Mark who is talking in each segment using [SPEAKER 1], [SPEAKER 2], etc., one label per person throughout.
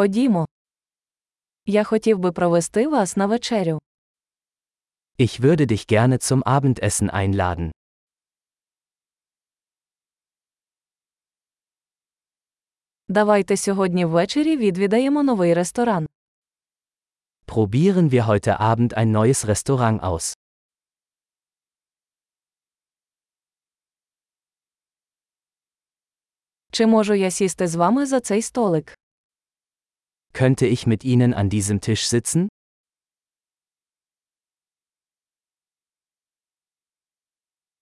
[SPEAKER 1] Ходімо. Я хотів би провести вас на вечерю.
[SPEAKER 2] Ich würde dich gerne zum Abendessen einladen.
[SPEAKER 1] Давайте сьогодні ввечері відвідаємо новий ресторан.
[SPEAKER 2] Probieren wir heute Abend ein neues Restaurant aus.
[SPEAKER 1] Чи можу я сісти з вами за цей столик?
[SPEAKER 2] Könnte ich mit Ihnen an diesem Tisch sitzen?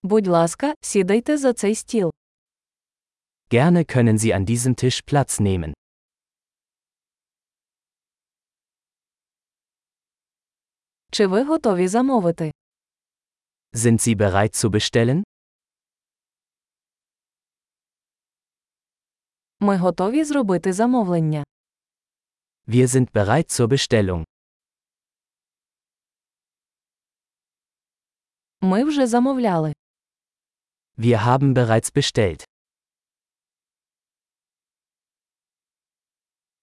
[SPEAKER 1] Будь ласка, сідайте за цей стіл.
[SPEAKER 2] Gerne können Sie an diesem Tisch Platz nehmen.
[SPEAKER 1] Чи ви готові замовити?
[SPEAKER 2] Sind Sie bereit zu bestellen?
[SPEAKER 1] Ми готові зробити замовлення.
[SPEAKER 2] Wir sind bereit zur Bestellung.
[SPEAKER 1] Ми вже замовляли.
[SPEAKER 2] Wir haben bereits bestellt.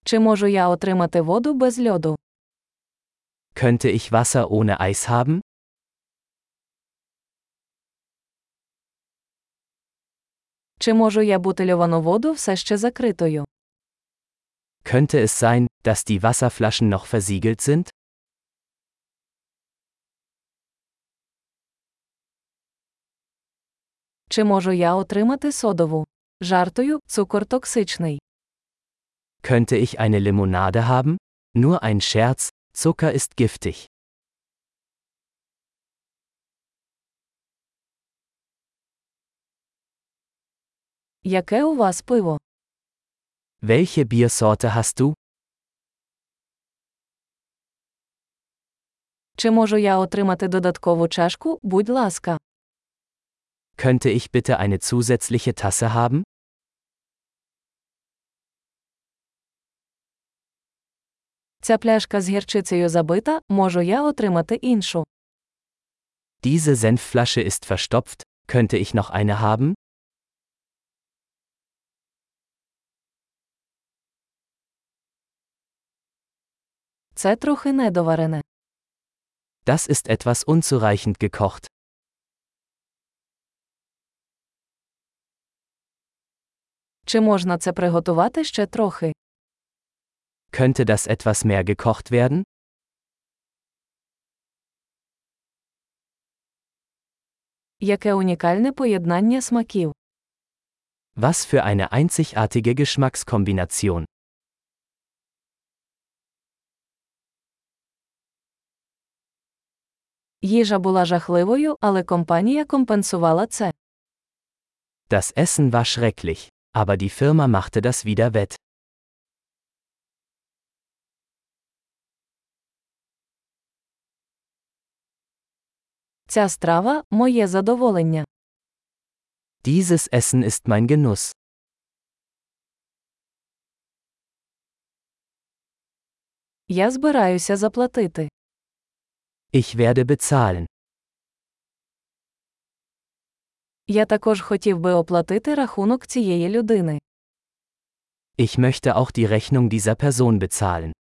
[SPEAKER 1] Чи можу я отримати воду без льоду?
[SPEAKER 2] Könnte ich Wasser ohne Eis haben?
[SPEAKER 1] Чи можу я бутильовану воду все ще закритою?
[SPEAKER 2] Könnte es sein, dass die Wasserflaschen noch versiegelt sind?
[SPEAKER 1] Чи можу я отримати содову? Жартою, цукор токсичний.
[SPEAKER 2] Könnte ich eine Limonade haben? Nur ein Scherz, Zucker ist giftig.
[SPEAKER 1] Яке у вас пиво?
[SPEAKER 2] Welche Biersorte hast du?
[SPEAKER 1] Чи можу я отримати додаткову чашку, будь ласка?
[SPEAKER 2] Könnte ich bitte eine zusätzliche Tasse haben?
[SPEAKER 1] Ця пляшка з гірчицею забита, можу я отримати іншу.
[SPEAKER 2] Diese Senfflasche ist verstopft, könnte ich noch eine haben?
[SPEAKER 1] Це трохи недоварене.
[SPEAKER 2] Das ist etwas unzureichend gekocht.
[SPEAKER 1] Чи можна це приготувати ще трохи?
[SPEAKER 2] Könnte das etwas mehr gekocht werden?
[SPEAKER 1] Яке унікальне поєднання смаків.
[SPEAKER 2] Was für eine einzigartige Geschmackskombination.
[SPEAKER 1] Їжа була жахливою, але компанія компенсувала це.
[SPEAKER 2] Das Essen war schrecklich, aber die Firma machte das wieder wett.
[SPEAKER 1] Ця страва моє задоволення.
[SPEAKER 2] Dieses Essen ist mein Genuss.
[SPEAKER 1] Я збираюся заплатити.
[SPEAKER 2] Ich werde bezahlen.
[SPEAKER 1] Я також хотів би оплатити рахунок цієї людини.
[SPEAKER 2] Ich möchte auch die Rechnung dieser Person bezahlen.